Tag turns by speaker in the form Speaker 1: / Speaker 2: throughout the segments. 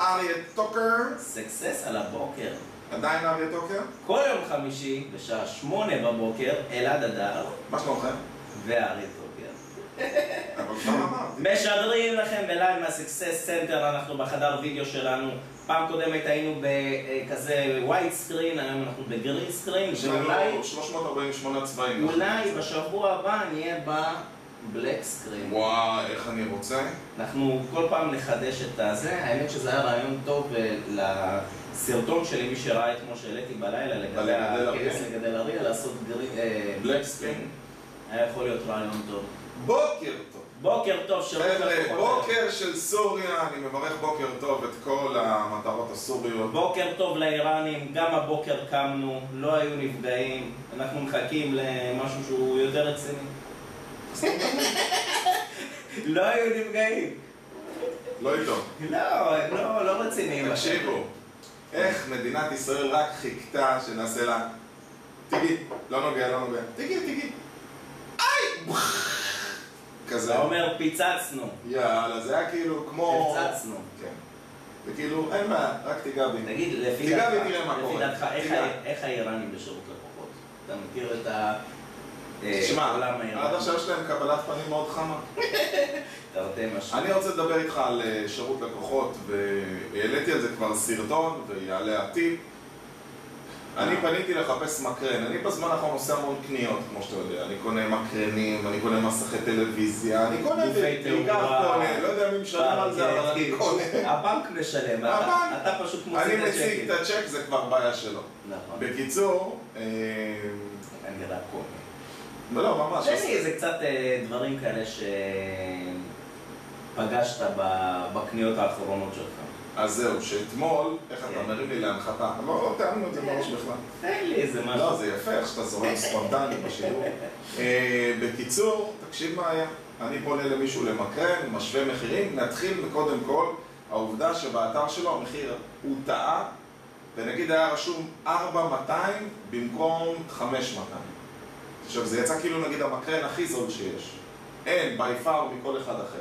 Speaker 1: אריה טוקר,
Speaker 2: סקסס על הבוקר.
Speaker 1: עדיין אריה טוקר,
Speaker 2: כל יום חמישי בשעה שמונה בבוקר, אלעד הדר
Speaker 1: מה שלומכם?
Speaker 2: והארי טוקר.
Speaker 1: אבל כבר אמרתי.
Speaker 2: משדרים לכם בלייב מהסקסס סנטר, אנחנו בחדר וידאו שלנו. פעם קודמת היינו בכזה ווייט סקרין, היום אנחנו בגרין סקרין,
Speaker 1: יש
Speaker 2: ואולי
Speaker 1: לנו 348 צבעים.
Speaker 2: אולי בשבוע הבא נהיה בבלק סקרין.
Speaker 1: וואו, איך אני רוצה.
Speaker 2: אנחנו כל פעם נחדש את הזה, האמת שזה היה רעיון טוב אה, לסרטון שלי, מי שראה אתמול שהעליתי בלילה לגבי
Speaker 1: לגדל אריה?
Speaker 2: הכנס לגדל אריה, לעשות גרי- אה,
Speaker 1: בלק סקרין.
Speaker 2: היה יכול להיות רעיון טוב.
Speaker 1: בוקר טוב.
Speaker 2: בוקר טוב, שלום
Speaker 1: חבר'ה,
Speaker 2: לכוחות.
Speaker 1: בוקר של סוריה, אני מברך בוקר טוב את כל המטרות הסוריות.
Speaker 2: בוקר טוב לאיראנים, גם הבוקר קמנו, לא היו נפגעים, אנחנו מחכים למשהו שהוא יותר רציני. לא היו נפגעים.
Speaker 1: לא איתו.
Speaker 2: לא, הם לא, לא רציניים.
Speaker 1: תקשיבו, איך מדינת ישראל רק חיכתה שנעשה לה תיגי, לא נוגע, לא נוגע, תיגי, תיגי, איי! כזה,
Speaker 2: זה לא אומר פיצצנו,
Speaker 1: יאללה, זה היה כאילו כמו...
Speaker 2: הפצצנו.
Speaker 1: כן. זה כאילו, אין בעיה, רק תיגע בי.
Speaker 2: תגיד, לפי
Speaker 1: תיגע
Speaker 2: דעתך,
Speaker 1: ותראה מה
Speaker 2: לפי
Speaker 1: קורה.
Speaker 2: דעתך, איך
Speaker 1: תיגע.
Speaker 2: ה- איך האיראנים בשירות לקוחות? אתה מכיר את ה... אה,
Speaker 1: תשמע,
Speaker 2: העולם
Speaker 1: עד
Speaker 2: האיראני?
Speaker 1: עכשיו יש להם קבלת פנים מאוד חמה.
Speaker 2: תרתי משמע.
Speaker 1: אני רוצה לדבר איתך על אה, שירות לקוחות, והעליתי על זה כבר סרטון, ויעלה הטיפ. אני פניתי לחפש מקרן, אני בזמן האחרון עושה המון קניות, כמו שאתה יודע, אני קונה מקרנים, אני קונה מסכי טלוויזיה, אני קונה,
Speaker 2: גופי
Speaker 1: בעיקר
Speaker 2: תאורה. אה,
Speaker 1: קונה, לא יודע מי משלם על זה, אבל אני קונה.
Speaker 2: הבנק משלם, אתה-
Speaker 1: הבנק.
Speaker 2: אתה פשוט מוציא
Speaker 1: אני
Speaker 2: את
Speaker 1: מציג
Speaker 2: הצ'קים.
Speaker 1: את הצ'ק, זה כבר בעיה שלו.
Speaker 2: נכון.
Speaker 1: בקיצור, אה,
Speaker 2: אני רק קונה.
Speaker 1: לא, ממש.
Speaker 2: שני, זה קצת אה, דברים כאלה שפגשת ב- בקניות האחרונות שלך.
Speaker 1: אז זהו, שאתמול, איך אתה
Speaker 2: כן.
Speaker 1: מרים לי להנחתה? לא, לא תיאמנו את זה בראש בכלל.
Speaker 2: תן לי איזה משהו.
Speaker 1: לא, זה יפה, איך שאתה זורם ספונטני בשידור. אה, בקיצור, תקשיב מה היה. אני פונה למישהו למקרן, משווה מחירים, נתחיל קודם כל, העובדה שבאתר שלו המחיר הוא טעה, ונגיד היה רשום 4,200 במקום 5,200. עכשיו זה יצא כאילו נגיד המקרן הכי זול שיש. אין, by far מכל אחד אחר.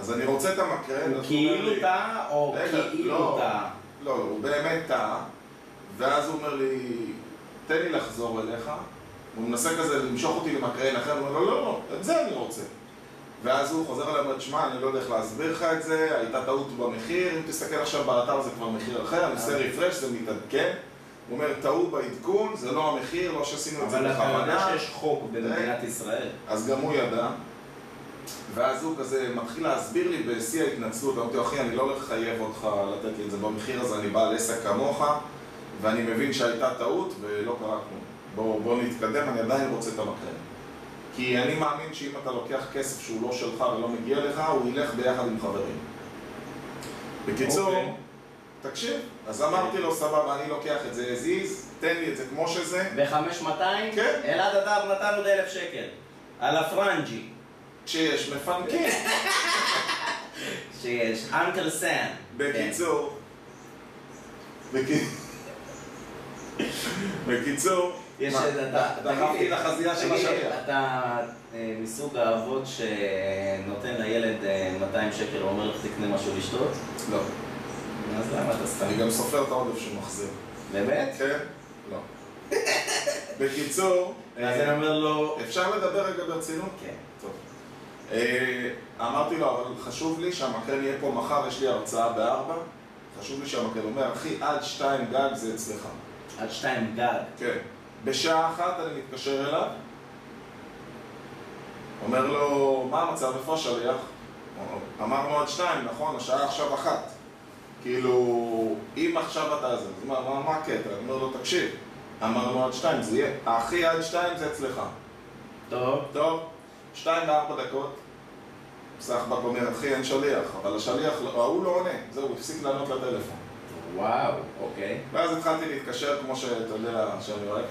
Speaker 1: אז אני רוצה את המקרן,
Speaker 2: הוא
Speaker 1: אז הוא אומר
Speaker 2: כאילו
Speaker 1: לא, לי-
Speaker 2: טעה או
Speaker 1: רגע,
Speaker 2: כאילו
Speaker 1: לא.
Speaker 2: טעה?
Speaker 1: לא, הוא באמת טעה, ואז הוא אומר לי, תן לי לחזור אליך, הוא מנסה כזה למשוך אותי למקרן אחר, הוא אומר, לא, לא, לא, את זה אני רוצה. ואז הוא חוזר אליי ואומר, תשמע, אני לא יודע איך להסביר לך את זה, הייתה טעות במחיר, אם תסתכל עכשיו באתר זה כבר מחיר אחר, אני עושה רפרש, זה מתעדכן. הוא אומר, טעו בעדכון, זה לא המחיר, לא שעשינו את זה
Speaker 2: אבל אתה יודע
Speaker 1: בכוונה.
Speaker 2: שיש חוק במדינת ישראל.
Speaker 1: אז גם הוא ידע. ואז הוא כזה מתחיל להסביר לי בשיא ההתנצלות, אמרתי לו, אחי, אני לא הולך לחייב אותך לתת לי את זה במחיר הזה, אני בעל עסק כמוך, ואני מבין שהייתה טעות ולא קרה כלום. בוא, בוא נתקדם, אני עדיין רוצה את המקרן. כי אני מאמין שאם אתה לוקח כסף שהוא לא שלך ולא מגיע לך, הוא ילך ביחד עם חברים. בקיצור,
Speaker 2: אוקיי.
Speaker 1: תקשיב, אז אמרתי לו, סבבה, אני לוקח את זה as is, תן לי את זה כמו שזה,
Speaker 2: ב-5200,
Speaker 1: כן.
Speaker 2: אלעד אדר נתן עוד 1,000 שקל. על הפרנג'י,
Speaker 1: כשיש מפנקים.
Speaker 2: שיש אנקל סאם.
Speaker 1: בקיצור, בק- בקיצור,
Speaker 2: יש
Speaker 1: מה,
Speaker 2: את ה...
Speaker 1: דחפתי לחזייה של השליח.
Speaker 2: אתה אה, מסוג האבות שנותן לילד אה, 200 שקל, אומר לך תקנה משהו לשתות?
Speaker 1: לא,
Speaker 2: אז למה אתה סתם?
Speaker 1: אני גם סופר את העודף שהוא מחזיר.
Speaker 2: באמת?
Speaker 1: כן? לא. בקיצור,
Speaker 2: אה,
Speaker 1: אה,
Speaker 2: אז אני אומר לו...
Speaker 1: אפשר לדבר רגע ברצינות?
Speaker 2: כן.
Speaker 1: טוב. אה, אמרתי לו, אבל חשוב לי שהמקרן יהיה פה מחר, יש לי הרצאה בארבע. חשוב לי שהמקרן אומר, אחי, עד שתיים גג זה אצלך.
Speaker 2: עד שתיים גג.
Speaker 1: כן. בשעה אחת אני מתקשר אליו, אומר לו, מה המצב, איפה השליח? אמרנו עד שתיים, נכון? השעה עכשיו אחת. כאילו, אם עכשיו אתה זה, אז מה, מה, מה הקטע? אני אומר לו, תקשיב, אמרנו עד שתיים, זה יהיה, הכי עד שתיים זה אצלך.
Speaker 2: טוב.
Speaker 1: טוב, שתיים וארבע דקות. סחבק אומר, אחי, אין שליח, אבל השליח, לא- ההוא לא עונה, זהו, הוא הפסיק לענות לטלפון.
Speaker 2: וואו, אוקיי.
Speaker 1: ואז התחלתי להתקשר, כמו שאתה יודע, שאני אוהב.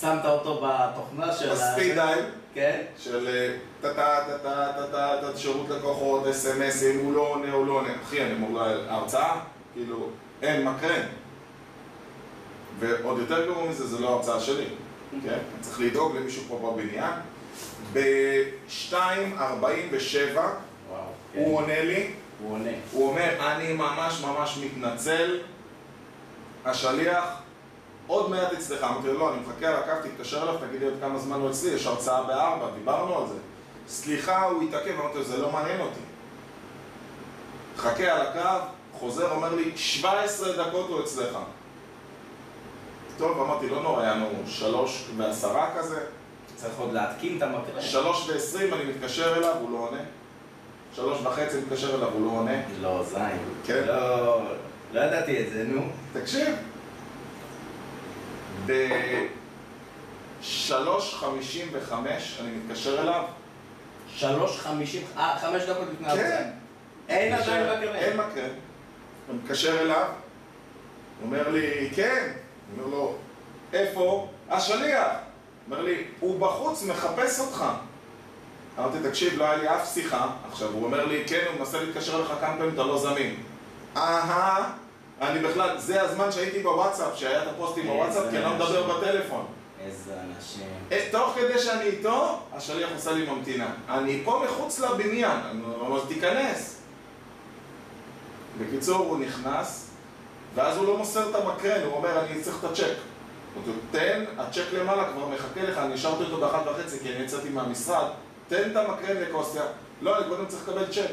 Speaker 2: שמת אותו בתוכנה של... ה-
Speaker 1: בספיד דייל.
Speaker 2: כן?
Speaker 1: של אה, טה טה טה טה טה טה טה שירות לקוחות, אס.אם.אסים, הוא לא עונה, הוא לא עונה. אחי, אני אמור להרצאה? כאילו, אין מקרן. ועוד יותר גרוע מזה, זה לא הרצאה שלי. כן? צריך לדאוג למישהו פה בבניין. ב-2.47
Speaker 2: וואו. כן.
Speaker 1: הוא עונה לי,
Speaker 2: הוא עונה.
Speaker 1: הוא אומר, אני ממש ממש מתנצל, השליח עוד מעט אצלך. אמרתי לו, לא, אני מחכה על הקו, תתקשר אליו, תגיד לי עוד כמה זמן הוא אצלי, יש הרצאה בארבע, דיברנו על זה. סליחה, הוא התעכב, אמרתי לו, זה לא מעניין אותי. חכה על הקו, חוזר, אומר לי, 17 דקות הוא אצלך. טוב, אמרתי, לא נורא, היה לנו שלוש ועשרה כזה,
Speaker 2: צריך עוד להתקין את המקרן.
Speaker 1: שלוש ועשרים אני מתקשר אליו, הוא לא עונה. שלוש וחצי אני מתקשר אליו, הוא לא עונה.
Speaker 2: לא, זין.
Speaker 1: כן.
Speaker 2: לא, לא ידעתי את זה, נו.
Speaker 1: תקשיב, ב-3.55 אני מתקשר אליו,
Speaker 2: שלוש חמישים, אה, חמש דקות לפני
Speaker 1: כן.
Speaker 2: ההרצאה. אין
Speaker 1: מתקשר-
Speaker 2: עדיין מקרן.
Speaker 1: אין מקרן. אני מתקשר אליו, הוא אומר לי, כן. אני אומר לו, איפה? השליח. אומר לי, הוא בחוץ, מחפש אותך. אמרתי, תקשיב, לא היה לי אף שיחה. עכשיו, הוא אומר לי, כן, הוא מנסה להתקשר אליך כמה פעמים, אתה לא זמין. אהה, אני בכלל, זה הזמן שהייתי בוואטסאפ, שהיה את הפוסטים
Speaker 2: אה,
Speaker 1: בוואטסאפ, כי אני לא מדבר בטלפון.
Speaker 2: איזה אנשים.
Speaker 1: אה, תוך כדי שאני איתו, השליח עושה לי ממתינה. אני פה מחוץ לבניין, אני אומר, תיכנס. בקיצור, הוא נכנס, ואז הוא לא מוסר את המקרן, הוא אומר, אני צריך את הצ'ק. הוא אומר, תן, הצ'ק למעלה כבר מחכה לך, אני השארתי אותו באחת וחצי כי אני יצאתי מהמשרד, תן את המקרן לקוסיה. לא, אני קודם צריך לקבל צ'ק.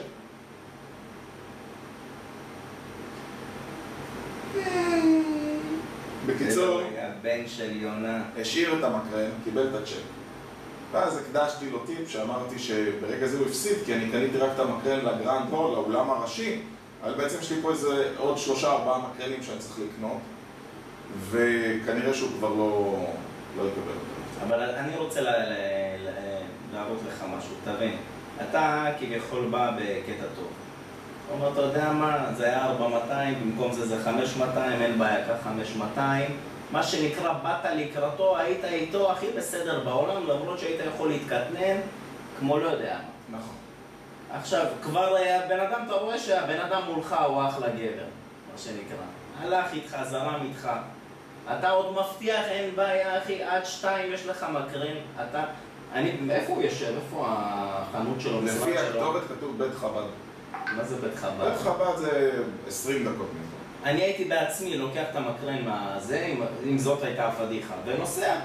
Speaker 1: בקיצור...
Speaker 2: הבן של יונה.
Speaker 1: השאיר את המקרן, קיבל את הצ'ק. ואז הקדשתי לו טיפ שאמרתי שברגע זה הוא הפסיד, כי אני קניתי רק את המקרן לגרנד הול, לאולם הראשי, אבל בעצם יש לי פה איזה עוד שלושה ארבעה מקרנים שאני צריך לקנות, וכנראה שהוא כבר לא, לא יקבל אותם.
Speaker 2: אבל אני רוצה ל- ל- ל- להראות לך משהו, תבין. אתה כביכול בא בקטע טוב. אתה אומר, אתה יודע מה, זה היה 4200, במקום זה זה 5200, אין בעיה, קח 5200. מה שנקרא, באת לקראתו, היית איתו הכי בסדר בעולם, למרות שהיית יכול להתקטנן, כמו לא יודע מה.
Speaker 1: נכון.
Speaker 2: עכשיו, כבר אה, הבן אדם, אתה רואה שהבן אדם מולך הוא אחלה גבר, מה שנקרא. הלך איתך, זרם איתך. אתה עוד מבטיח, אין בעיה, אחי, עד שתיים יש לך מקרן. אתה... אני... איפה הוא יושב? איפה החנות שלו? המשרד
Speaker 1: לפי
Speaker 2: שלו?
Speaker 1: הכתובת כתוב בית חב"ד.
Speaker 2: מה זה בית חב"ד?
Speaker 1: בית חב"ד זה 20 דקות מפה.
Speaker 2: אני הייתי בעצמי לוקח את המקרן מהזה, אם, אם זאת הייתה הפדיחה, ונוסע.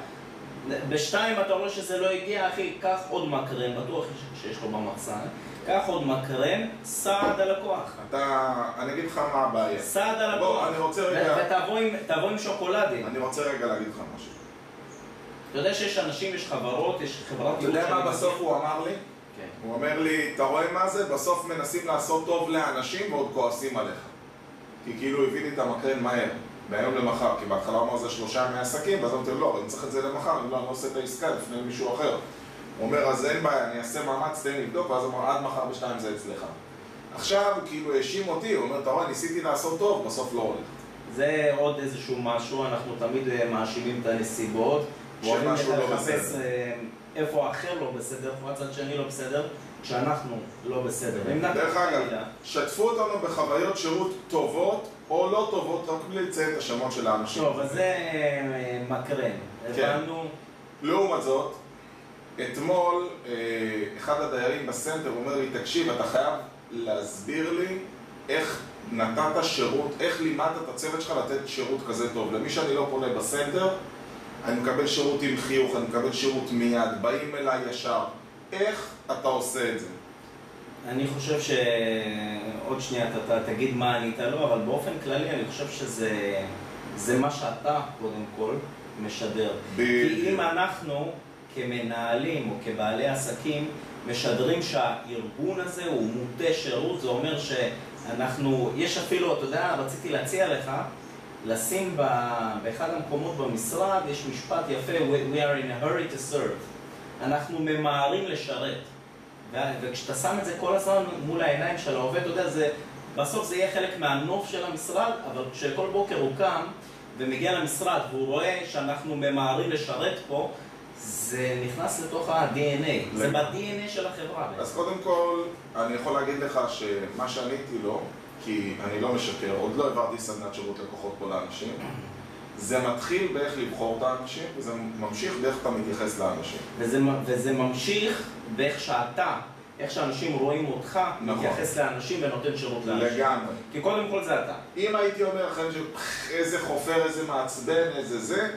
Speaker 2: בשתיים אתה רואה שזה לא הגיע, אחי, קח עוד מקרן, בטוח ש- שיש לו במחסן. קח עוד מקרן, סע עד הלקוח.
Speaker 1: אתה, אני אגיד לך מה הבעיה.
Speaker 2: סעד על
Speaker 1: בוא,
Speaker 2: הכוח.
Speaker 1: אני לא רוצה רגע-
Speaker 2: ו- ותבוא עם- תבוא עם שוקולדים.
Speaker 1: אני רוצה רגע להגיד לך משהו.
Speaker 2: אתה יודע שיש אנשים, יש חברות, יש חברת...
Speaker 1: אתה יודע
Speaker 2: ייעוץ
Speaker 1: מה
Speaker 2: שאני
Speaker 1: בסוף
Speaker 2: מכיר.
Speaker 1: הוא אמר לי?
Speaker 2: כן.
Speaker 1: הוא אומר לי, אתה רואה מה זה? בסוף מנסים לעשות טוב לאנשים ועוד כועסים עליך. כי כאילו הביא לי את המקרן מהר, מהיום למחר, כי בהתחלה הוא אמר זה שלושה ימי עסקים, ואז אמרתי לו, לא, אני צריך את זה למחר, אם לא, אני לא עושה את העסקה לפני מישהו אחר. הוא אומר, אז אין בעיה, אני אעשה מאמץ, תן לי לבדוק, ואז הוא אמר, עד מחר בשתיים זה אצלך. עכשיו הוא כאילו האשים אותי, הוא אומר, אתה רואה, ניסיתי לעשות טוב, בסוף לא הולך.
Speaker 2: זה עוד איזשהו משהו, אנחנו תמיד אה, מאשימים את הנסיבות. אוהבים
Speaker 1: שמשהו לא
Speaker 2: לחפש,
Speaker 1: בסדר.
Speaker 2: אה, איפה האחר לא בסדר, איפה הצד שני לא בסדר, כשאנחנו לא בסדר. אם
Speaker 1: דרך
Speaker 2: נתן
Speaker 1: אגב,
Speaker 2: מילה,
Speaker 1: שתפו אותנו בחוויות שירות טובות או לא טובות, רק בלי לציין את השמות של האנשים.
Speaker 2: טוב, אז זה אה, מקרן.
Speaker 1: כן.
Speaker 2: הבנו,
Speaker 1: לעומת זאת, אתמול אה, אחד הדיירים בסנטר אומר לי, תקשיב, אתה חייב להסביר לי איך נתת שירות, איך לימדת את הצוות שלך לתת שירות כזה טוב. למי שאני לא פונה בסנטר, אני מקבל שירות עם חיוך, אני מקבל שירות מיד, באים אליי ישר. איך אתה עושה את זה?
Speaker 2: אני חושב שעוד שנייה אתה אתה תגיד מה ענית לו, אבל באופן כללי אני חושב שזה זה מה שאתה קודם כל משדר. כי אם אנחנו כמנהלים או כבעלי עסקים משדרים שהארגון הזה הוא מוטה שירות, זה אומר שאנחנו, יש אפילו, אתה יודע, רציתי להציע לך לשים ב, באחד המקומות במשרד, יש משפט יפה, we, we are in a hurry to serve. אנחנו ממהרים לשרת. ו- וכשאתה שם את זה כל הזמן מול העיניים של העובד, אתה יודע, זה, בסוף זה יהיה חלק מהנוף של המשרד, אבל כשכל בוקר הוא קם ומגיע למשרד והוא רואה שאנחנו ממהרים לשרת פה, זה נכנס לתוך ה-DNA, זה
Speaker 1: לגמרי.
Speaker 2: ב-DNA של החברה.
Speaker 1: אז קודם כל, אני יכול להגיד לך שמה שעניתי לו, כי אני לא משקר, עוד לא העברתי סדנת שירות לקוחות פה לאנשים, זה מתחיל באיך לבחור את האנשים, וזה ממשיך באיך אתה מתייחס לאנשים.
Speaker 2: וזה, מ- וזה ממשיך באיך שאתה איך שאנשים רואים אותך,
Speaker 1: נכון.
Speaker 2: מתייחס לאנשים ונותן שירות לאנשים.
Speaker 1: לגמרי.
Speaker 2: כי קודם כל זה אתה.
Speaker 1: אם הייתי אומר לכם שפח, איזה חופר, איזה מעצבן, איזה זה,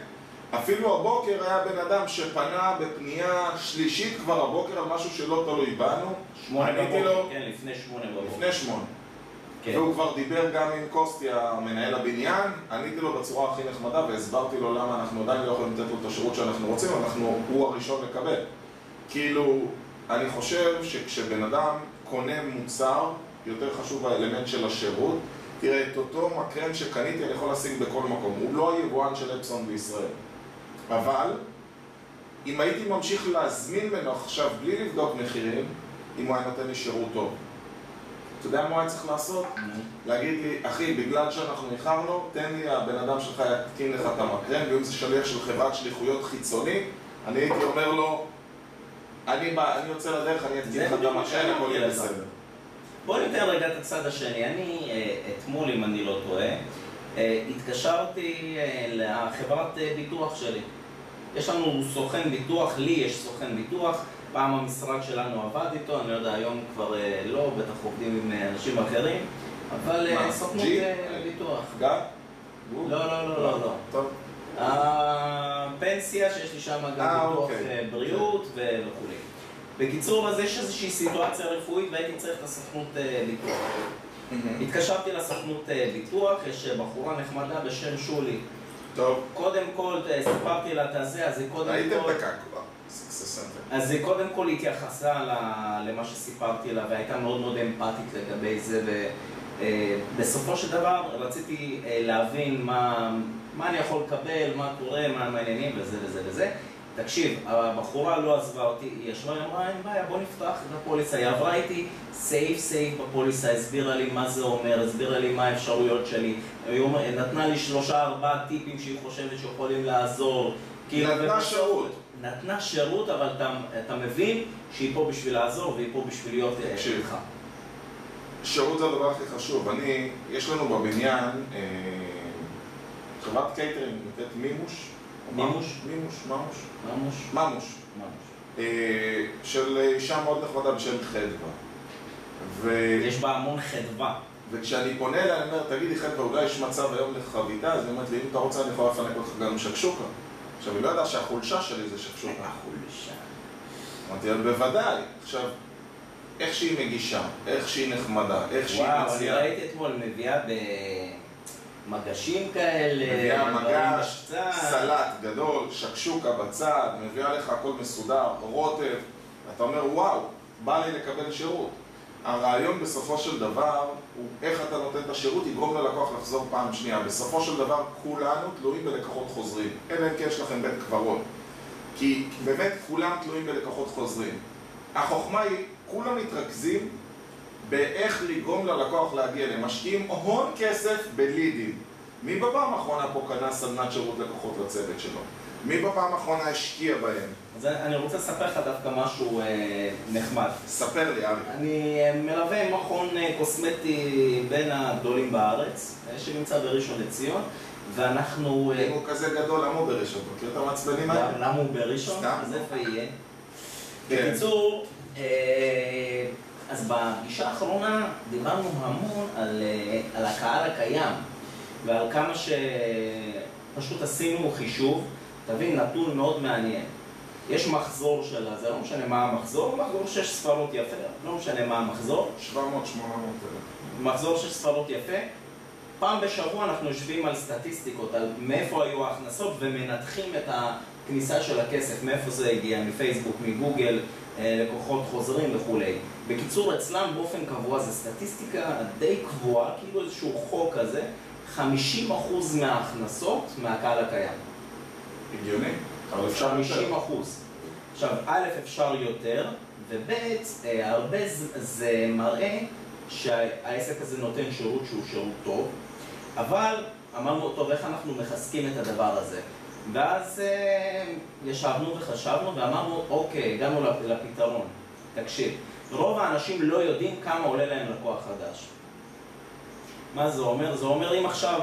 Speaker 1: אפילו הבוקר היה בן אדם שפנה בפנייה שלישית כבר הבוקר על משהו שלא תלוי בנו,
Speaker 2: שמונה
Speaker 1: עניתי
Speaker 2: בבוקר,
Speaker 1: לו
Speaker 2: כן, לפני שמונה בבוקר.
Speaker 1: לא- לפני שמונה.
Speaker 2: כן.
Speaker 1: והוא כבר דיבר גם עם קוסטי, המנהל הבניין, עניתי לו בצורה הכי נחמדה והסברתי לו למה אנחנו עדיין לא יכולים לתת לו את השירות שאנחנו רוצים, אנחנו, הוא הראשון לקבל. כאילו, אני חושב שכשבן אדם קונה מוצר, יותר חשוב האלמנט של השירות. תראה, את אותו מקרן שקניתי אני יכול להשיג בכל מקום, הוא לא היבואן של אפסון בישראל. אבל, אם הייתי ממשיך להזמין ממנו עכשיו בלי לבדוק מחירים, אם הוא היה נותן לי שירות טוב. אתה יודע מה הוא היה צריך לעשות? להגיד לי, אחי, בגלל שאנחנו איחרנו, תן לי, הבן אדם שלך יתקין לך את המקרן, ואם זה שליח של חברת שליחויות חיצוני, אני הייתי אומר לו, אני, בא, אני יוצא לדרך, אני אתקין
Speaker 2: זה
Speaker 1: לך את
Speaker 2: בדיוק מה
Speaker 1: המקרן, הכל
Speaker 2: שאמרתי
Speaker 1: יהיה
Speaker 2: לך.
Speaker 1: בסדר.
Speaker 2: בוא נתאר רגע את הצד השני. אני אה, אתמול, אם אני לא טועה, אה, התקשרתי אה, לחברת אה, ביטוח שלי. יש לנו סוכן ביטוח, לי יש סוכן ביטוח, פעם המשרד שלנו עבד איתו, אני לא יודע, היום כבר אה, לא, בטח עובדים עם אה, אנשים אחרים, אבל אה,
Speaker 1: מה,
Speaker 2: סוכנות
Speaker 1: ג'י?
Speaker 2: אה, ביטוח.
Speaker 1: גם?
Speaker 2: לא, לא, לא, לא, לא.
Speaker 1: טוב.
Speaker 2: הפנסיה שיש לי שם גם
Speaker 1: אה,
Speaker 2: ביטוח
Speaker 1: אוקיי.
Speaker 2: אה, בריאות ו- וכולי. בקיצור, אז יש איזושהי סיטואציה רפואית והייתי צריך את הסוכנות אה, ביטוח. התקשרתי לסוכנות אה, ביטוח, יש אה, בחורה נחמדה בשם שולי.
Speaker 1: טוב,
Speaker 2: קודם כל, אה, סיפרתי לה את הזה, אז היא קודם
Speaker 1: הייתם
Speaker 2: כל...
Speaker 1: דקה כבר. סקססנטר.
Speaker 2: אז היא קודם כל התייחסה ל- למה שסיפרתי לה והייתה מאוד מאוד אמפתית לגבי זה ובסופו של דבר רציתי אה, להבין מה, מה אני יכול לקבל, מה קורה, מה מעניינים וזה וזה וזה. תקשיב, הבחורה לא עזבה אותי, היא ישבה, היא אמרה, אין בעיה, בוא נפתח את הפוליסה. היא עברה איתי סעיף סעיף בפוליסה, הסבירה לי מה זה אומר, הסבירה לי מה האפשרויות שלי. היא אומר- נתנה לי שלושה ארבעה טיפים שהיא חושבת שיכולים לעזור. כאילו,
Speaker 1: נתנה
Speaker 2: ובסוף-
Speaker 1: שירות.
Speaker 2: נתנה שירות, אבל אתה, אתה מבין שהיא פה בשביל לעזור והיא פה בשביל להיות אה,
Speaker 1: תקשיב.
Speaker 2: איתך.
Speaker 1: שירות זה הדבר הכי חשוב. אני, יש לנו בבניין אה, חברת קייטרינג, נקראת מימוש.
Speaker 2: מימוש?
Speaker 1: מימוש, ממוש.
Speaker 2: ממש,
Speaker 1: ממוש.
Speaker 2: ממש.
Speaker 1: אה, של אישה מאוד נחמדה בשם חדווה. ו...
Speaker 2: יש בה המון חדווה.
Speaker 1: וכשאני פונה אליה, אני אומר, תגידי חדווה, אולי יש מצב היום לחביתה? אז היא אומרת לי, אם אתה רוצה, אני יכול לפנק אותך גם עם שקשוקה. עכשיו, היא לא ידעה שהחולשה שלי זה שקשוקה.
Speaker 2: החולשה.
Speaker 1: אמרתי לה, בוודאי. עכשיו, איך שהיא מגישה, איך שהיא נחמדה, איך שהיא
Speaker 2: וואו, אני
Speaker 1: מציעה.
Speaker 2: ראיתי אתמול מביאה במגשים כאלה,
Speaker 1: מביאה
Speaker 2: אה, דברים
Speaker 1: מגש,
Speaker 2: בקצה.
Speaker 1: סלט גדול, שקשוקה בצד, מביאה לך הכל מסודר, רוטב, אתה אומר וואו, בא לי לקבל שירות. הרעיון בסופו של דבר הוא איך אתה נותן את השירות יגרום ללקוח לחזור פעם שנייה. בסופו של דבר כולנו תלויים בלקוחות חוזרים, אלא אם כן יש לכם בית קברות. כי באמת כולם תלויים בלקוחות חוזרים. החוכמה היא, כולם מתרכזים באיך לגרום ללקוח להגיע אליהם. משקיעים הון כסף בלידים. מי בפעם האחרונה פה קנה סדנת שירות לקוחות לצוות שלו? מי בפעם האחרונה השקיע בהם?
Speaker 2: אז אני רוצה לספר לך דווקא משהו אה, נחמד.
Speaker 1: ספר לי, ארי.
Speaker 2: אני אה, מלווה מכון אה, קוסמטי בין הגדולים בארץ, אה, שנמצא בראשון לציון, ואנחנו... אה,
Speaker 1: אם הוא כזה גדול, למה הוא בראשון? מכיר את המצבנים האלה?
Speaker 2: למה הוא בראשון?
Speaker 1: אוקיי, סתם.
Speaker 2: אז איפה יהיה?
Speaker 1: כן.
Speaker 2: בקיצור, אה, אז בפגישה האחרונה דיברנו המון על, אה, על הקהל הקיים ועל כמה שפשוט עשינו חישוב, תבין, נתון מאוד מעניין. יש מחזור שלה, זה לא משנה מה המחזור, מחזור שש ספרות יפה, לא משנה מה המחזור,
Speaker 1: 700-800 אלף.
Speaker 2: מחזור של ספרות יפה. פעם בשבוע אנחנו יושבים על סטטיסטיקות, על מאיפה היו ההכנסות ומנתחים את הכניסה של הכסף, מאיפה זה הגיע, מפייסבוק, מגוגל, אה, לקוחות חוזרים וכולי. בקיצור, אצלם באופן קבוע זה סטטיסטיקה די קבועה, כאילו איזשהו חוק כזה, 50% מההכנסות מהקהל הקיים.
Speaker 1: הגיוני? אבל אפשר
Speaker 2: 50
Speaker 1: יותר.
Speaker 2: אחוז. עכשיו, א', אפשר יותר, וב', אה, הרבה ז- זה מראה שהעסק הזה נותן שירות שהוא שירות טוב, אבל אמרנו, טוב, איך אנחנו מחזקים את הדבר הזה? ואז אה, ישבנו וחשבנו ואמרנו, אוקיי, הגענו לפ- לפתרון. תקשיב, רוב האנשים לא יודעים כמה עולה להם לקוח חדש. מה זה אומר? זה אומר אם עכשיו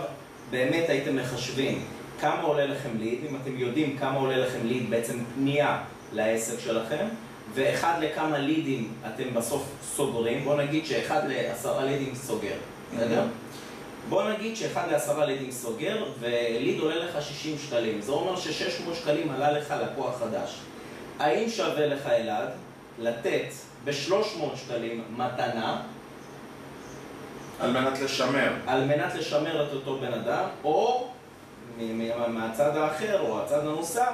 Speaker 2: באמת הייתם מחשבים כמה עולה לכם ליד, אם אתם יודעים כמה עולה לכם ליד בעצם פנייה לעסק שלכם, ואחד לכמה לידים אתם בסוף סוגרים, בוא נגיד שאחד לעשרה לידים סוגר, בסדר? בוא נגיד שאחד לעשרה לידים סוגר, וליד עולה לך 60 שקלים. זה אומר ש-600 שקלים עלה לך לקוח חדש. האם שווה לך, אלעד, לתת ב-300 שקלים מתנה
Speaker 1: על מנת לשמר.
Speaker 2: על מנת לשמר את אותו בן אדם, או מ- מ- מהצד האחר או הצד הנוסף,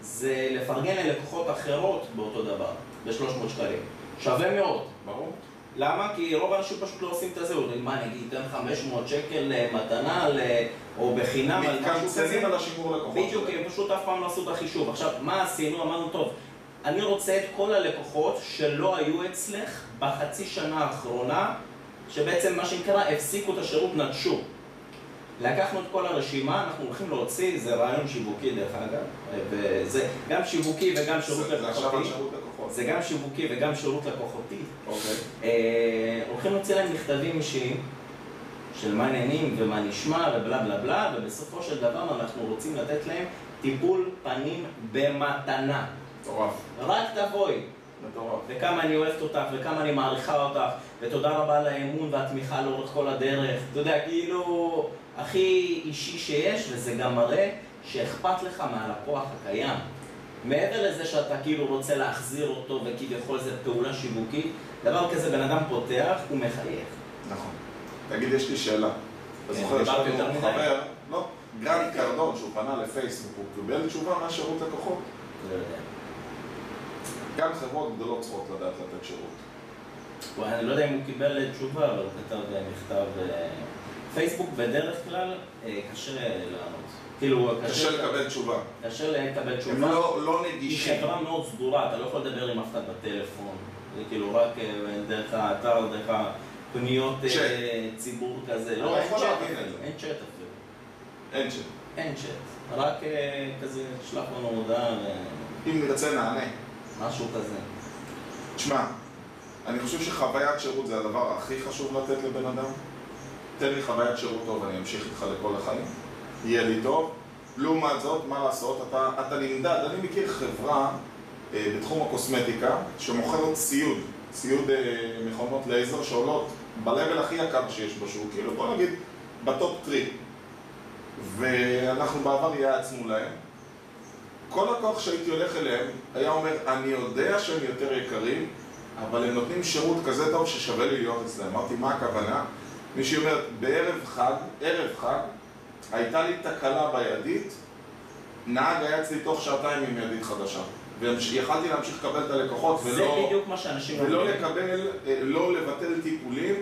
Speaker 2: זה לפרגן ללקוחות אחרות באותו דבר, ב-300 שקלים. שווה מאוד.
Speaker 1: ברור.
Speaker 2: למה? כי רוב האנשים פשוט לא עושים את הזהות. מה, אני אתן 500 שקל אה, מתנה ל... או בחינם על משהו כזה?
Speaker 1: מתקמצנים על השימור לקוחות.
Speaker 2: בדיוק,
Speaker 1: שלהם.
Speaker 2: הם פשוט אף פעם לא עשו את החישוב. עכשיו, מה עשינו? אמרנו, טוב, אני רוצה את כל הלקוחות שלא היו אצלך בחצי שנה האחרונה, שבעצם מה שנקרא, הפסיקו את השירות, נטשו. לקחנו את כל הרשימה, אנחנו הולכים להוציא, זה רעיון שיווקי דרך אגב, וזה גם שיווקי וגם שירות
Speaker 1: זה- זה עכשיו על
Speaker 2: לקוחותי,
Speaker 1: שירות לקוחות.
Speaker 2: זה גם שיווקי וגם שירות לקוחותי,
Speaker 1: אוקיי.
Speaker 2: אה, הולכים להוציא להם מכתבים אישיים של מה העניינים ומה נשמע ובלה בלה בלה, ובסופו של דבר אנחנו רוצים לתת להם טיפול פנים במתנה.
Speaker 1: מטורף.
Speaker 2: רק תבואי,
Speaker 1: מטורף.
Speaker 2: וכמה אני אוהבת אותך, וכמה אני מעריכה אותך, ותודה רבה על האמון והתמיכה לאורך כל הדרך. אתה יודע, כאילו, הכי אישי שיש, וזה גם מראה שאכפת לך מהלקוח הקיים. מעבר לזה שאתה כאילו רוצה להחזיר אותו, וכביכול זו פעולה שיווקית, דבר כזה בן אדם פותח, הוא מחייך.
Speaker 1: נכון. תגיד, יש לי שאלה.
Speaker 2: כן,
Speaker 1: אתה זוכר, יש
Speaker 2: דיברתי יותר
Speaker 1: לנו
Speaker 2: מדי.
Speaker 1: חבר, לא, גרנד קרדון, שהוא פנה לפייסבוק, הוא קיבל תשובה מהשירות לקוחות.
Speaker 2: לא יודע.
Speaker 1: גם חברות גדולות צריכות לדעת לתת שירות.
Speaker 2: וואי, אני לא יודע אם הוא קיבל תשובה, אבל אתה יודע, מכתב... אה, פייסבוק בדרך כלל אה, קשה לענות. כאילו,
Speaker 1: קשה לקבל תשובה.
Speaker 2: קשה לקבל תשובה.
Speaker 1: הם לא לא
Speaker 2: היא
Speaker 1: נגישים.
Speaker 2: חברה מאוד סגורה, אתה לא יכול לדבר עם אף אחד בטלפון. זה כאילו רק אה, דרך האתר, דרך הפניות אה,
Speaker 1: צ'אט.
Speaker 2: ציבור כזה.
Speaker 1: אבל
Speaker 2: לא, אין
Speaker 1: יכול
Speaker 2: צ'אט
Speaker 1: להבין את
Speaker 2: אפילו.
Speaker 1: זה.
Speaker 2: אין צ'אט אפילו.
Speaker 1: אין שם.
Speaker 2: אין צ'אט. רק אה, כזה, שלח לנו הודעה, אה,
Speaker 1: אם נרצה, נענה.
Speaker 2: משהו כזה.
Speaker 1: תשמע, אני חושב שחוויית שירות זה הדבר הכי חשוב לתת לבן אדם. תן לי חוויית שירות טוב, אני אמשיך איתך לכל החיים. יהיה לי טוב. לעומת זאת, מה לעשות, אתה, אתה נמדד. אני מכיר חברה אה, בתחום הקוסמטיקה שמוכרת ציוד, ציוד אה, מכונות לייזר שעולות ב-level הכי יקר שיש בשוק, כאילו בוא נגיד בטופ טרי. ואנחנו בעבר יעצנו להם. כל לקוח שהייתי הולך אליהם היה אומר, אני יודע שהם יותר יקרים, אבל הם נותנים שירות כזה טוב ששווה לי להיות אצלם. אמרתי, מה הכוונה? מישהי אומרת, בערב חג, ערב חג, הייתה לי תקלה בידית, נהג היה אצלי תוך שעתיים עם ידית חדשה. ויכלתי להמשיך לקבל את הלקוחות
Speaker 2: זה
Speaker 1: ולא,
Speaker 2: בדיוק מה שאנשים לא
Speaker 1: ולא
Speaker 2: אומרים.
Speaker 1: לקבל, אה, לא לבטל טיפולים.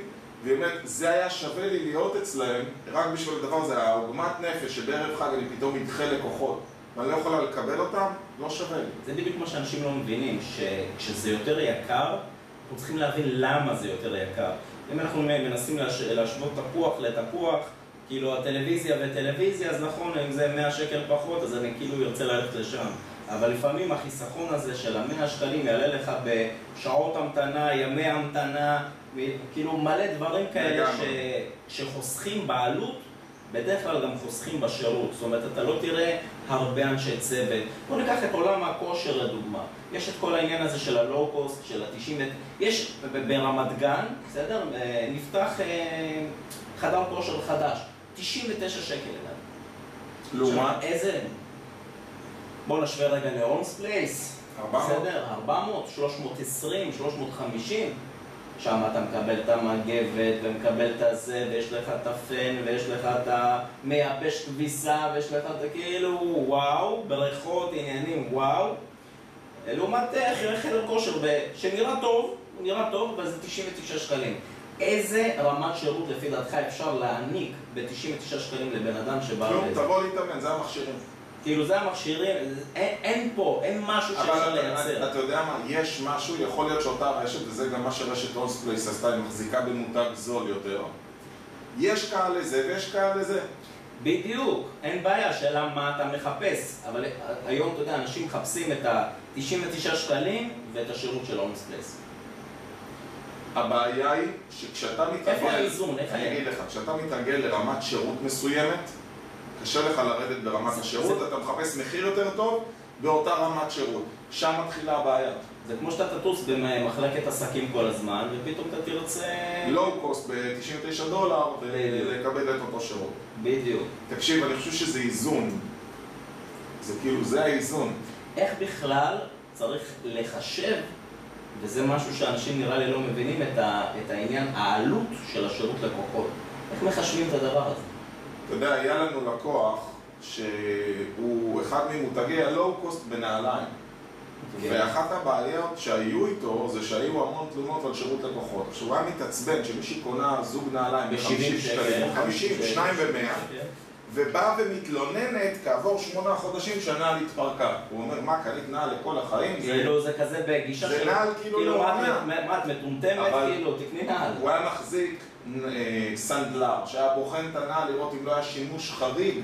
Speaker 1: באמת, זה היה שווה לי להיות אצלהם, רק בשביל הדבר הזה, העוגמת נפש שבערב חג אני פתאום אדחה לקוחות ואני לא יכולה לקבל אותם, לא שווה לי.
Speaker 2: זה בדיוק מה שאנשים לא מבינים, שכשזה יותר יקר, אנחנו צריכים להבין למה זה יותר יקר. אם אנחנו מנסים להש... להשוות תפוח לתפוח, כאילו הטלוויזיה וטלוויזיה, אז נכון, אם זה 100 שקל פחות, אז אני כאילו ארצה ללכת לשם. אבל לפעמים החיסכון הזה של המאה שקלים יעלה לך בשעות המתנה, ימי המתנה, ו- כאילו מלא דברים כאלה ש...
Speaker 1: לגמרי.
Speaker 2: שחוסכים בעלות, בדרך כלל גם חוסכים בשירות. זאת אומרת, אתה לא תראה הרבה אנשי צוות. בוא ניקח את עולם הכושר לדוגמה. יש את כל העניין הזה של הלואו-קוסט, של ה-90... יש ב- ברמת גן, בסדר? אה, נפתח אה, חדר כושר חדש. 99 שקל אליו.
Speaker 1: לעומת?
Speaker 2: איזה... בוא נשווה רגע להונס פלייס.
Speaker 1: 400.
Speaker 2: בסדר, 400, 320, 350. שם אתה מקבל את המגבת, ומקבל את הזה, ויש לך את הפן, ויש לך את המייבש כביסה, ויש לך את כאילו, וואו, בריכות, עניינים, וואו. לעומת אה, חדר- חדר כושר, ב- שנראה טוב, הוא נראה טוב, אבל זה 99 שקלים. איזה רמת שירות לפי דעתך אפשר להעניק ב-99 שקלים לבן אדם שבא...
Speaker 1: כלום,
Speaker 2: לזה?
Speaker 1: תבוא להתאמן, זה המכשירים.
Speaker 2: כאילו זה המכשירים, זה- אין, אין פה, אין משהו שאפשר
Speaker 1: אבל
Speaker 2: לייצר.
Speaker 1: אתה- אתה יודע מה, יש משהו, יכול להיות שאותה רשת, וזה גם מה שרשת אונספלייס עשתה, היא מחזיקה במותג זול יותר. יש קהל לזה ויש קהל לזה.
Speaker 2: בדיוק, אין בעיה, השאלה מה אתה מחפש. אבל היום, אתה יודע, אנשים מחפשים את ה-99 שקלים ואת השירות של ההומס פלייס.
Speaker 1: הבעיה היא שכשאתה מתרגל...
Speaker 2: איפה האיזון? איך
Speaker 1: אוקיי. אני
Speaker 2: האיזון?
Speaker 1: אגיד לך, כשאתה מתרגל לרמת שירות מסוימת, קשה לך לרדת ברמת
Speaker 2: זה-
Speaker 1: השירות,
Speaker 2: זה-
Speaker 1: אתה מחפש מחיר יותר טוב, באותה רמת שירות. שם מתחילה הבעיה.
Speaker 2: זה כמו שאתה תטוס במחלקת עסקים כל הזמן, ופתאום אתה תרצה...
Speaker 1: לואו קוסט ב-99 דולר, ולקבל את אותו שירות.
Speaker 2: בדיוק.
Speaker 1: תקשיב, אני חושב שזה איזון. זה כאילו, זה האיזון.
Speaker 2: איך בכלל צריך לחשב, וזה משהו שאנשים נראה לי לא מבינים, את, ה, את העניין, העלות של השירות לקוחות. איך מחשבים את הדבר הזה?
Speaker 1: אתה יודע, היה לנו לקוח שהוא אחד ממותגי הלואו-קוסט בנעליים. Okay. כן.
Speaker 2: כן.
Speaker 1: ואחת הבעיות שהיו איתו זה שהיו המון תלונות על שירות לקוחות. עכשיו הוא היה מתעצבן שמישהי קונה זוג נעליים ב-50 שקלים, 50, 2 ו-100, ובאה ומתלוננת כעבור שמונה חודשים שהנעל התפרקה. הוא אומר, מה, קנית נעל לכל החיים?
Speaker 2: כאילו זה כזה בגישה
Speaker 1: זה נעל כאילו
Speaker 2: כאילו,
Speaker 1: לא
Speaker 2: מה,
Speaker 1: עונה.
Speaker 2: את- מה, את מטומטמת?
Speaker 1: אבל-
Speaker 2: כאילו, תקני נעל.
Speaker 1: הוא היה מחזיק אה, סנדלר, שהיה בוחן את הנעל לראות אם לא היה שימוש חריג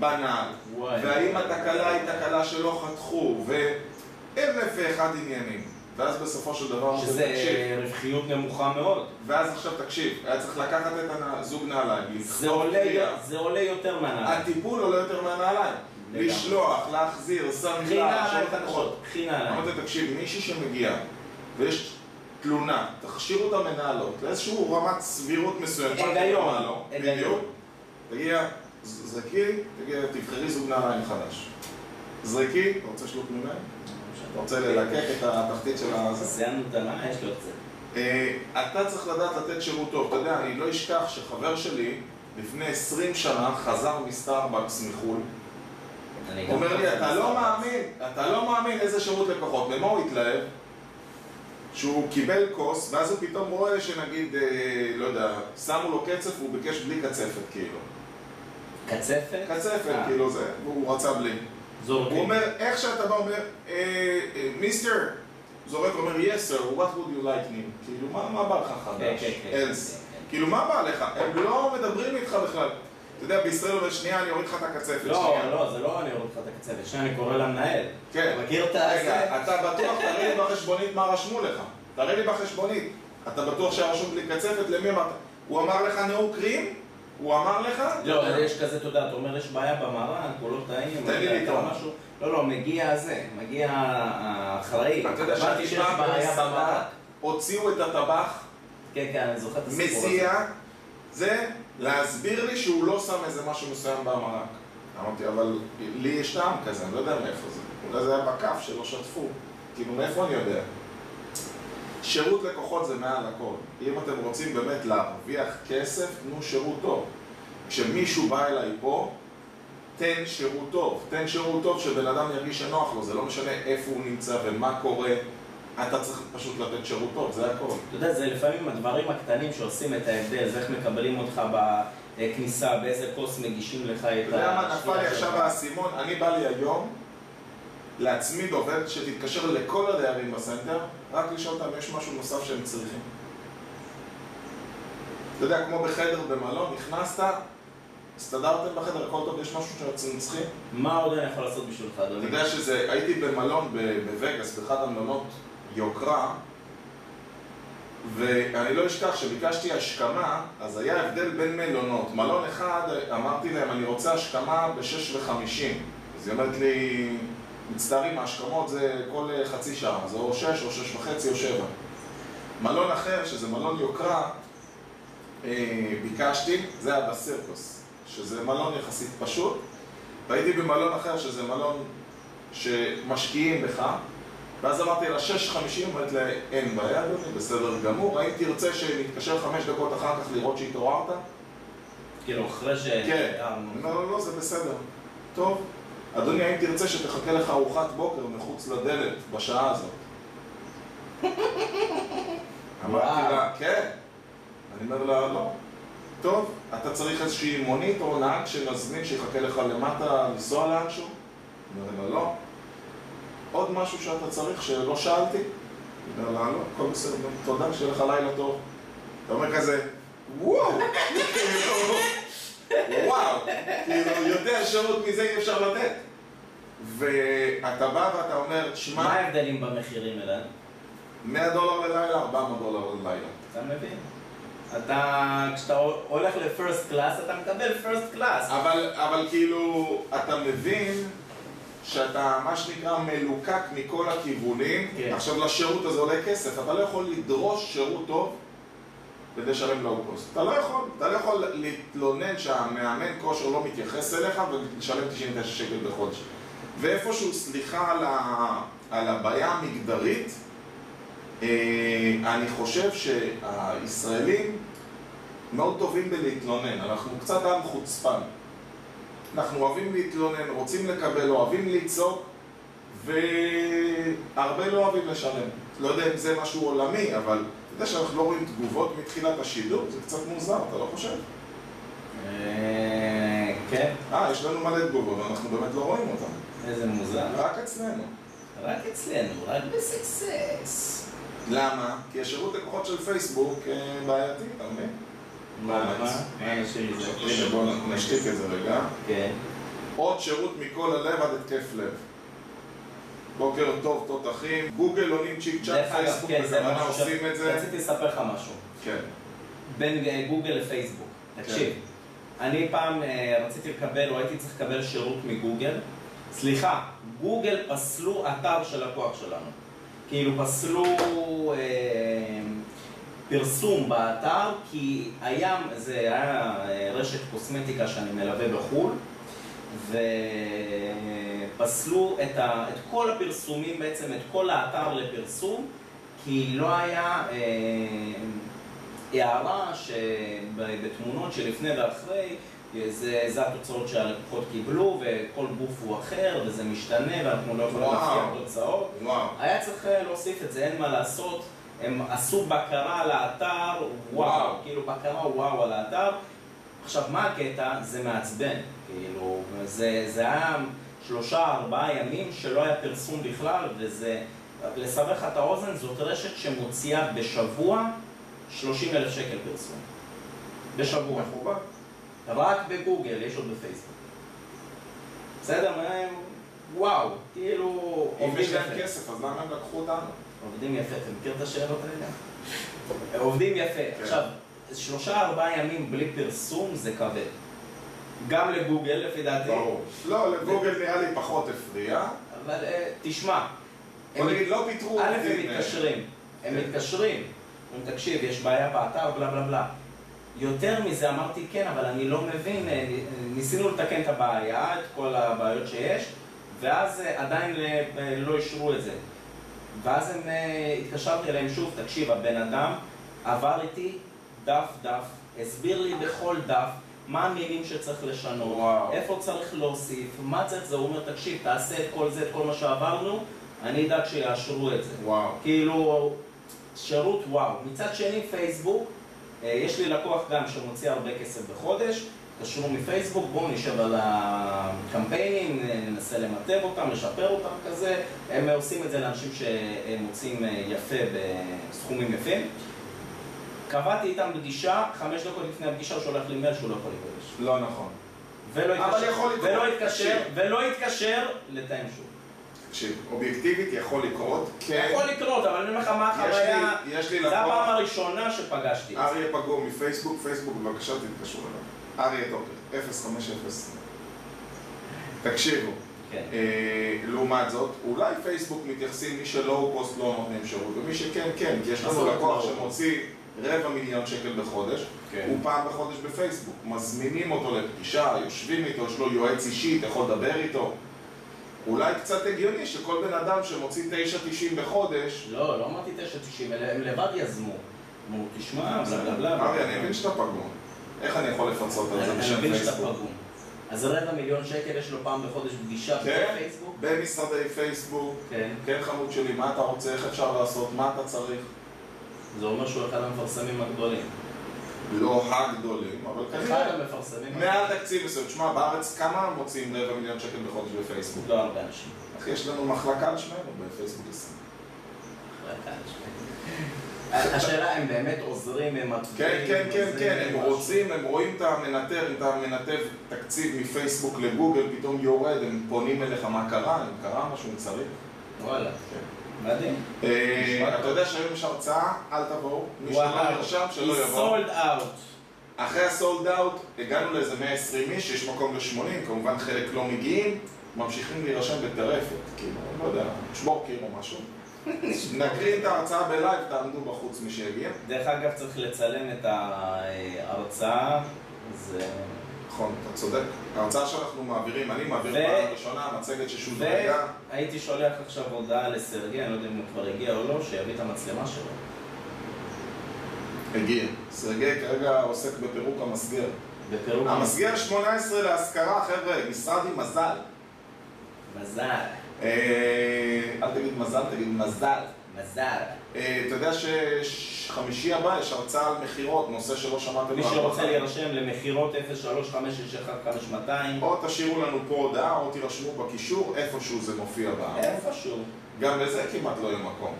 Speaker 1: בנעל,
Speaker 2: וואי.
Speaker 1: והאם התקלה היא תקלה שלא חתכו, ואלף ואחד עניינים. ואז בסופו של דבר, הוא
Speaker 2: שזה
Speaker 1: תקשיב,
Speaker 2: רווחיות נמוכה מאוד.
Speaker 1: ואז עכשיו תקשיב, היה צריך לקחת את הזוג נעליים,
Speaker 2: זה
Speaker 1: לכתוב
Speaker 2: עולה-
Speaker 1: קריאה.
Speaker 2: זה עולה יותר מהנעל.
Speaker 1: הטיפול עולה יותר מהנעליים,
Speaker 2: לגמרי.
Speaker 1: לשלוח, להחזיר,
Speaker 2: קחי
Speaker 1: סנדלר,
Speaker 2: נעליים
Speaker 1: שלוש
Speaker 2: חדשות,
Speaker 1: חתכות.
Speaker 2: קחי נעליים.
Speaker 1: אמרתי, תקשיב, מישהי שמגיעה ויש תלונה, תכשירו את המנהלות לאיזושהי רמת סבירות מסוימת.
Speaker 2: היגיון,
Speaker 1: מה לא,
Speaker 2: היגיון.
Speaker 1: בדיוק. תגיע, ז- זרקי, תגיע, תבחרי זוג נעליים חדש. זרקי, אתה רוצה שלוק מנהל? אתה רוצה ללקק את התחתית של ה...
Speaker 2: סיימנו את הנעל, יש לו את זה.
Speaker 1: אה, אתה צריך לדעת לתת שירות טוב. אתה יודע, אני לא אשכח שחבר שלי לפני 20 שנה חזר מסטארבקס מחו"ל.
Speaker 2: אני גם
Speaker 1: אומר לי,
Speaker 2: חושב
Speaker 1: אתה
Speaker 2: שזה-
Speaker 1: לא מאמין, אתה לא מאמין איזה שירות לקוחות. למה הוא התלהב? שהוא קיבל כוס, ואז הוא פתאום רואה שנגיד, אה, לא יודע, שמו לו קצף והוא ביקש בלי קצפת, כאילו.
Speaker 2: קצפת?
Speaker 1: קצפת,
Speaker 2: אה,
Speaker 1: כאילו זה, והוא רצה בלי. הוא
Speaker 2: זורקים.
Speaker 1: אומר, איך שאתה בא, אומר, אה, אה, מיסטר, זורק, אומר, yes sir, what would you like me? כאילו, מה מה בא לך
Speaker 2: כן,
Speaker 1: חדש?
Speaker 2: כן, כן.
Speaker 1: else. כאילו, מה בא לך? הם לא מדברים איתך בכלל. אתה יודע, בישראל אומר, שנייה, אני אוריד לך את הקצפת.
Speaker 2: לא,
Speaker 1: שנייה."
Speaker 2: לא, זה לא אני אוריד לך את הקצפת, שנייה אני קורא למנהל.
Speaker 1: כן.
Speaker 2: אתה מכיר את ה...
Speaker 1: רגע, אתה בטוח, תראה לי בחשבונית מה רשמו לך. תראה לי בחשבונית. אתה בטוח שהיה רשום בלי קצפת, למי אמרת? הוא אמר לך נאום קרים? הוא אמר לך?
Speaker 2: לא, אבל יש כזה, אתה יודע, אתה אומר, יש בעיה במרן, הוא לא טעים,
Speaker 1: תן לי
Speaker 2: אתה- אתה
Speaker 1: לטעום.
Speaker 2: משהו. לא, לא, מגיע זה, מגיע האחראי.
Speaker 1: אתה יודע
Speaker 2: הבנתי שיש
Speaker 1: שהתשמע
Speaker 2: בעיה במרן.
Speaker 1: במסעדה, הוציאו את הטבח,
Speaker 2: כן, כן, אני זוכר את הסיפור הזה.
Speaker 1: מזיע, זה להסביר לי שהוא לא שם איזה משהו מסוים במרק. אמרתי, אבל לי יש טעם כזה, אני לא יודע מאיפה זה. אולי זה היה בכף שלא שטפו. כאילו, מאיפה אני יודע? שירות לקוחות זה מעל הכל. אם אתם רוצים באמת להרוויח כסף, תנו שירות טוב. כשמישהו בא אליי פה, תן שירות טוב. תן שירות טוב שבן אדם ירגיש שנוח לו, זה לא משנה איפה הוא נמצא ומה קורה. אתה צריך פשוט לתת שירות טוב, זה הכל.
Speaker 2: אתה יודע, זה לפעמים הדברים הקטנים שעושים את ההבדל, זה איך מקבלים אותך בכניסה, באיזה כוס מגישים לך את ה...
Speaker 1: אתה יודע מה נפל לי
Speaker 2: השתייה
Speaker 1: עכשיו
Speaker 2: שלך.
Speaker 1: האסימון? אני בא לי היום להצמיד עובד שתתקשר לכל הדיירים בסנטר, רק לשאול אותם אם יש משהו נוסף שהם צריכים. אתה יודע, כמו בחדר במלון, נכנסת, הסתדרתם בחדר, הכל טוב, יש משהו שאתם צריכים?
Speaker 2: מה עוד אני יכול לעשות בשבילך,
Speaker 1: אני
Speaker 2: אדוני?
Speaker 1: יודע שזה, הייתי במלון ב- בווגאס, באחד המלונות יוקרה, ואני לא אשכח שביקשתי השכמה, אז היה הבדל בין מלונות. מלון אחד, אמרתי להם, אני רוצה השכמה ב-6 ו-50. אז היא אומרת לי, מצטערים, ההשכמות זה כל אה, חצי שעה, זה או 6 או 6 וחצי או 7. מלון אחר, שזה מלון יוקרה, אה, ביקשתי, זה היה בסירקוס, שזה מלון יחסית פשוט, והייתי במלון אחר, שזה מלון שמשקיעים בך, ואז אמרתי לה 6.50, אמרת לה אין בעיה אדוני, בסדר גמור, האם תרצה שנתקשר חמש דקות אחר כך לראות שהתעוררת?
Speaker 2: כאילו, אחרי ש...
Speaker 1: כן.
Speaker 2: אה,
Speaker 1: לא, לא, לא, זה בסדר. טוב. אדוני, האם תרצה שתחכה לך ארוחת בוקר מחוץ לדלת בשעה הזאת? אמרתי לה, כן. אני אומר לה, לא. טוב, אתה צריך איזושהי מונית או נהג שנזמין שיחכה לך למטה לנסוע לאנשהו? אומר לה, לא. עוד משהו שאתה צריך שלא שאלתי? אומר לה, לא, הכל בסדר, תודה, שיהיה לך לילה טוב. אתה אומר כזה, וואו! כאילו, וואו! כאילו, יותר שירות מזה אי אפשר לתת. ואתה בא ואתה אומר,
Speaker 2: מה
Speaker 1: שמע,
Speaker 2: ההבדלים במחירים, אלעד?
Speaker 1: 100 דולר ללילה, 400 דולר ללילה.
Speaker 2: אתה מבין? אתה, כשאתה הולך לפרסט קלאס, אתה מקבל פרסט קלאס.
Speaker 1: אבל, אבל כאילו, אתה מבין שאתה מה שנקרא מלוקק מכל הכיוונים,
Speaker 2: כן.
Speaker 1: עכשיו לשירות הזה עולה כסף, אתה לא יכול לדרוש שירות טוב כדי לשלם לואו קוסט. אתה לא יכול, אתה לא יכול להתלונן שהמאמן כושר לא מתייחס אליך ולשלם 99 שקל בחודש. ואיפשהו, סליחה על, ה... על הבעיה המגדרית, אה, אני חושב שהישראלים מאוד טובים בלהתלונן, אנחנו קצת עם חוצפן. אנחנו אוהבים להתלונן, רוצים לקבל, אוהבים לצעוק, והרבה לא אוהבים לשלם. לא יודע אם זה משהו עולמי, אבל אתה יודע שאנחנו לא רואים תגובות מתחילת השידור, זה קצת מוזר, אתה לא חושב?
Speaker 2: אה, כן,
Speaker 1: אה, יש לנו מלא תגובות, ואנחנו באמת לא רואים אותן.
Speaker 2: איזה מוזר.
Speaker 1: רק אצלנו.
Speaker 2: רק אצלנו, רק בסקסס.
Speaker 1: למה? כי השירות לקוחות של פייסבוק אה, בעייתי, אתה מבין?
Speaker 2: מה, מה? מה אנשים
Speaker 1: הנה,
Speaker 2: מזדקרים?
Speaker 1: בואו נשתיק את זה רגע.
Speaker 2: כן.
Speaker 1: עוד שירות מכל הלב עד התקף לב. בוקר טוב, תותחים. גוגל עונים צ'יק צ'אק,
Speaker 2: דרך אגב,
Speaker 1: פייסבוק,
Speaker 2: כן, זה
Speaker 1: בכוונה
Speaker 2: משהו
Speaker 1: עושים את
Speaker 2: ש...
Speaker 1: זה.
Speaker 2: רציתי לספר לך משהו.
Speaker 1: כן,
Speaker 2: בין אה, גוגל לפייסבוק. תקשיב, אני פעם אה, רציתי לקבל, או הייתי צריך לקבל שירות מגוגל. סליחה, גוגל פסלו אתר של לקוח שלנו. כאילו פסלו אה, פרסום באתר, כי היה, זה היה אה, רשת קוסמטיקה שאני מלווה בחו"ל, ופסלו את, ה, את כל הפרסומים, בעצם את כל האתר לפרסום, כי לא היה... אה, הערה שבתמונות שלפני ואחרי, זה, זה התוצאות שהלקוחות קיבלו, וכל גוף הוא אחר, וזה משתנה, ואנחנו לא יכולים
Speaker 1: וואו.
Speaker 2: להפקיע תוצאות.
Speaker 1: וואו.
Speaker 2: היה צריך אה, להוסיף את זה, אין מה לעשות. הם עשו בקרה על האתר, וואו,
Speaker 1: וואו.
Speaker 2: כאילו בקרה וואו על האתר. עכשיו, מה הקטע? זה מעצבן, כאילו, זה, זה היה שלושה, ארבעה ימים שלא היה פרסום בכלל, וזה, לסבר לך את האוזן, זאת רשת שמוציאה בשבוע 30 אלף שקל פרסום. בשבוע.
Speaker 1: מכובד.
Speaker 2: רק בגוגל, יש עוד בפייסבוק. בסדר, מה הם- וואו, כאילו,
Speaker 1: אם יש להם
Speaker 2: יפה.
Speaker 1: כסף, אז למה הם לקחו אותנו?
Speaker 2: עובדים יפה, אתה מכיר את השאלות האלה? עובדים יפה.
Speaker 1: כן.
Speaker 2: עכשיו, שלושה ארבעה ימים בלי פרסום זה כבד. גם לגוגל לפי דעתי,
Speaker 1: ברור. לא, לגוגל נראה לי פחות הפריע.
Speaker 2: אבל אה, תשמע,
Speaker 1: בוא
Speaker 2: הם-
Speaker 1: נגיד, לא פיטרו
Speaker 2: א', הם
Speaker 1: עובדים, אה,
Speaker 2: מתקשרים, הם
Speaker 1: כן.
Speaker 2: מתקשרים, אומרים תקשיב, יש בעיה באתר, בלה בלה בלה. יותר מזה אמרתי כן, אבל אני לא מבין, אה, ניסינו לתקן את הבעיה, את כל הבעיות שיש, ואז אה, עדיין אה, אה, לא אישרו את זה. ואז הם, אה, התקשרתי אליהם שוב, תקשיב, הבן אדם עבר איתי דף דף, הסביר לי בכל דף מה המילים שצריך לשנות,
Speaker 1: וואו.
Speaker 2: איפה צריך להוסיף, מה צריך זה, הוא אומר, תקשיב, תעשה את כל זה, את כל מה שעברנו, אני אדאג שיאשרו את זה.
Speaker 1: וואו.
Speaker 2: כאילו, שירות וואו. מצד שני, פייסבוק, אה, יש לי לקוח גם שמוציא הרבה כסף בחודש, תשאירו מפייסבוק, בואו נשב על הקמפיינים, אה, ננסה למטב אותם, לשפר אותם כזה. הם אה, עושים את זה לאנשים שהם מוצאים אה, יפה בסכומים יפים. קבעתי איתם פגישה, חמש דקות לפני הפגישה הוא שולח לי מייל שהוא לא יכול להיפגש.
Speaker 1: לא נכון.
Speaker 2: ולא
Speaker 1: אבל
Speaker 2: התקשר-
Speaker 1: יכול לקרות.
Speaker 2: ולא התקשר, ולא התקשר לתאם שוב.
Speaker 1: תקשיב, אובייקטיבית יכול לקרות. כן.
Speaker 2: יכול לקרות, אבל אני אומר לך מה
Speaker 1: יש לי-
Speaker 2: החוויה...
Speaker 1: יש לי
Speaker 2: זו
Speaker 1: לקוח.
Speaker 2: הפעם הראשונה שפגשתי את זה.
Speaker 1: אריה פגור מפייסבוק, פייסבוק בבקשה תתקשרו אליו. אריה טוקר, 0500. תקשיבו,
Speaker 2: כן.
Speaker 1: אה, לעומת זאת, אולי פייסבוק מתייחסים מי שלא הוא פוסט לא נותנים שירות, ומי שכן כן, כי יש לנו
Speaker 2: אז
Speaker 1: לקוח
Speaker 2: לא.
Speaker 1: שמוציא רבע מיליון שקל בחודש,
Speaker 2: כן.
Speaker 1: הוא פעם בחודש בפייסבוק, מזמינים אותו לפגישה, יושבים איתו, יש לו יועץ אישי, אתה יכול לדבר איתו. אולי קצת הגיוני שכל בן אדם שמוציא 9.90 בחודש,
Speaker 2: לא, לא אמרתי 990, אלא הם לבד יזמו. אמרו, תשמע, בלה בלה בלה.
Speaker 1: אריה, אני מבין שאתה פגור. איך אני יכול לפצות על זה
Speaker 2: אני- אני
Speaker 1: בשם
Speaker 2: מבין שאתה
Speaker 1: פייסבוק?
Speaker 2: פגום. אז רבע מיליון שקל יש לו פעם בחודש פגישה
Speaker 1: כן.
Speaker 2: בפייסבוק?
Speaker 1: במשרדי פייסבוק,
Speaker 2: כן.
Speaker 1: כן חמוד שלי, מה אתה רוצה, איך אפשר לעשות, מה אתה צריך.
Speaker 2: זה אומר שהוא אחד המפרסמים הגדולים.
Speaker 1: לא הגדולים, אבל
Speaker 2: אחד
Speaker 1: כנראה.
Speaker 2: המפרסמים הגדולים.
Speaker 1: מהתקציב מסוים, תשמע, בארץ כמה מוציאים רבע מיליון שקל בחודש בפייסבוק?
Speaker 2: לא הרבה אנשים.
Speaker 1: אחי, יש לנו מחלקה על שמנו בפייסבוק ישראל.
Speaker 2: רק אנשים. השאלה אם באמת עוזרים, הם מצביעים,
Speaker 1: כן, כן, כן,
Speaker 2: עוזרים,
Speaker 1: כן, הם
Speaker 2: משהו.
Speaker 1: רוצים, הם רואים את המנתב, את המנתב תקציב מפייסבוק לגוגל, פתאום יורד, הם פונים אליך מה קרה, אם קרה משהו, אם צריך.
Speaker 2: וואלה,
Speaker 1: כן.
Speaker 2: מדהים.
Speaker 1: אה, אתה יודע שהיום יש הרצאה, אל תבואו, מי שלא נרשם, שלא יבוא.
Speaker 2: סולד אאוט.
Speaker 1: אחרי הסולד אאוט הגענו לאיזה 120 איש, יש מקום ל-80, כמובן חלק לא מגיעים, ממשיכים להירשם בטרפת, כאילו, לא יודע, נשבור קיר או משהו. נקריא את ההרצאה בלייב, תעמדו בחוץ מי שיגיע.
Speaker 2: דרך אגב, צריך לצלם את ההרצאה, זה...
Speaker 1: נכון, אתה צודק. ההרצאה שאנחנו מעבירים, אני מעביר פעם ראשונה, המצגת ששודרגה.
Speaker 2: והייתי שולח עכשיו הודעה לסרגי, אני לא יודע אם הוא כבר הגיע או לא, שיביא את המצלמה שלו.
Speaker 1: הגיע. סרגי כרגע עוסק בפירוק המסגר.
Speaker 2: בפירוק
Speaker 1: המסגר 18 להשכרה, חבר'ה, משרד עם מזל.
Speaker 2: מזל.
Speaker 1: אה, אל תגיד מזל, תגיד מזל.
Speaker 2: מזל.
Speaker 1: אה, אתה יודע שחמישי הבא יש הרצאה על מכירות, נושא שלא שמעתם
Speaker 2: מי
Speaker 1: עליו.
Speaker 2: שרוצה להירשם למכירות 03561552,
Speaker 1: או תשאירו לנו פה הודעה, או תירשמו בקישור, איפשהו זה מופיע בעם.
Speaker 2: כן. איפשהו.
Speaker 1: גם לזה כמעט לא יהיה מקום.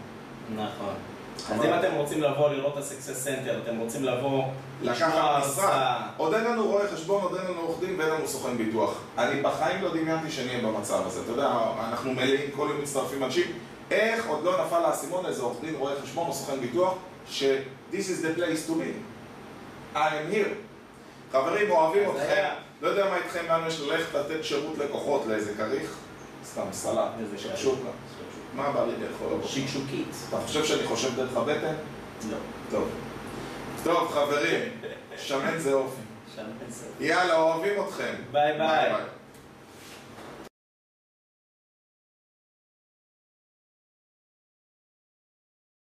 Speaker 2: נכון. אז
Speaker 1: אבל-
Speaker 2: אם אתם רוצים לבוא לראות את הסקסס סנטר, אתם רוצים לבוא, לשמוע
Speaker 1: לקחת משרד,
Speaker 2: הרצאה,
Speaker 1: עוד אין לנו רואה חשבון, עוד אין לנו עורך דין ואין לנו סוכן ביטוח. אני בחיים לא דמיינתי שנהיה במצב הזה. אתה יודע, אנחנו מלאים, כל יום מצטרפים אנשים. איך עוד לא נפל האסימון לאיזה עורך דין, רואה חשבון או סוכן ביטוח, ש- this is the place to be. I am here. חברים, אוהבים
Speaker 2: אז
Speaker 1: אתכם.
Speaker 2: היה.
Speaker 1: לא יודע מה איתכם, לאן יש ללכת לתת שירות לקוחות לאיזה כריך? סתם סלט,
Speaker 2: איזה
Speaker 1: שקשוקה. מה בא לי לאכול? הבוקר?
Speaker 2: שיקשוקית.
Speaker 1: אתה חושב שאני חושב דרך הבטן?
Speaker 2: לא.
Speaker 1: טוב. טוב, חברים, שמן זה אופי.
Speaker 2: שם אין ספק.
Speaker 1: יאללה, אוהבים אתכם.
Speaker 2: ביי ביי.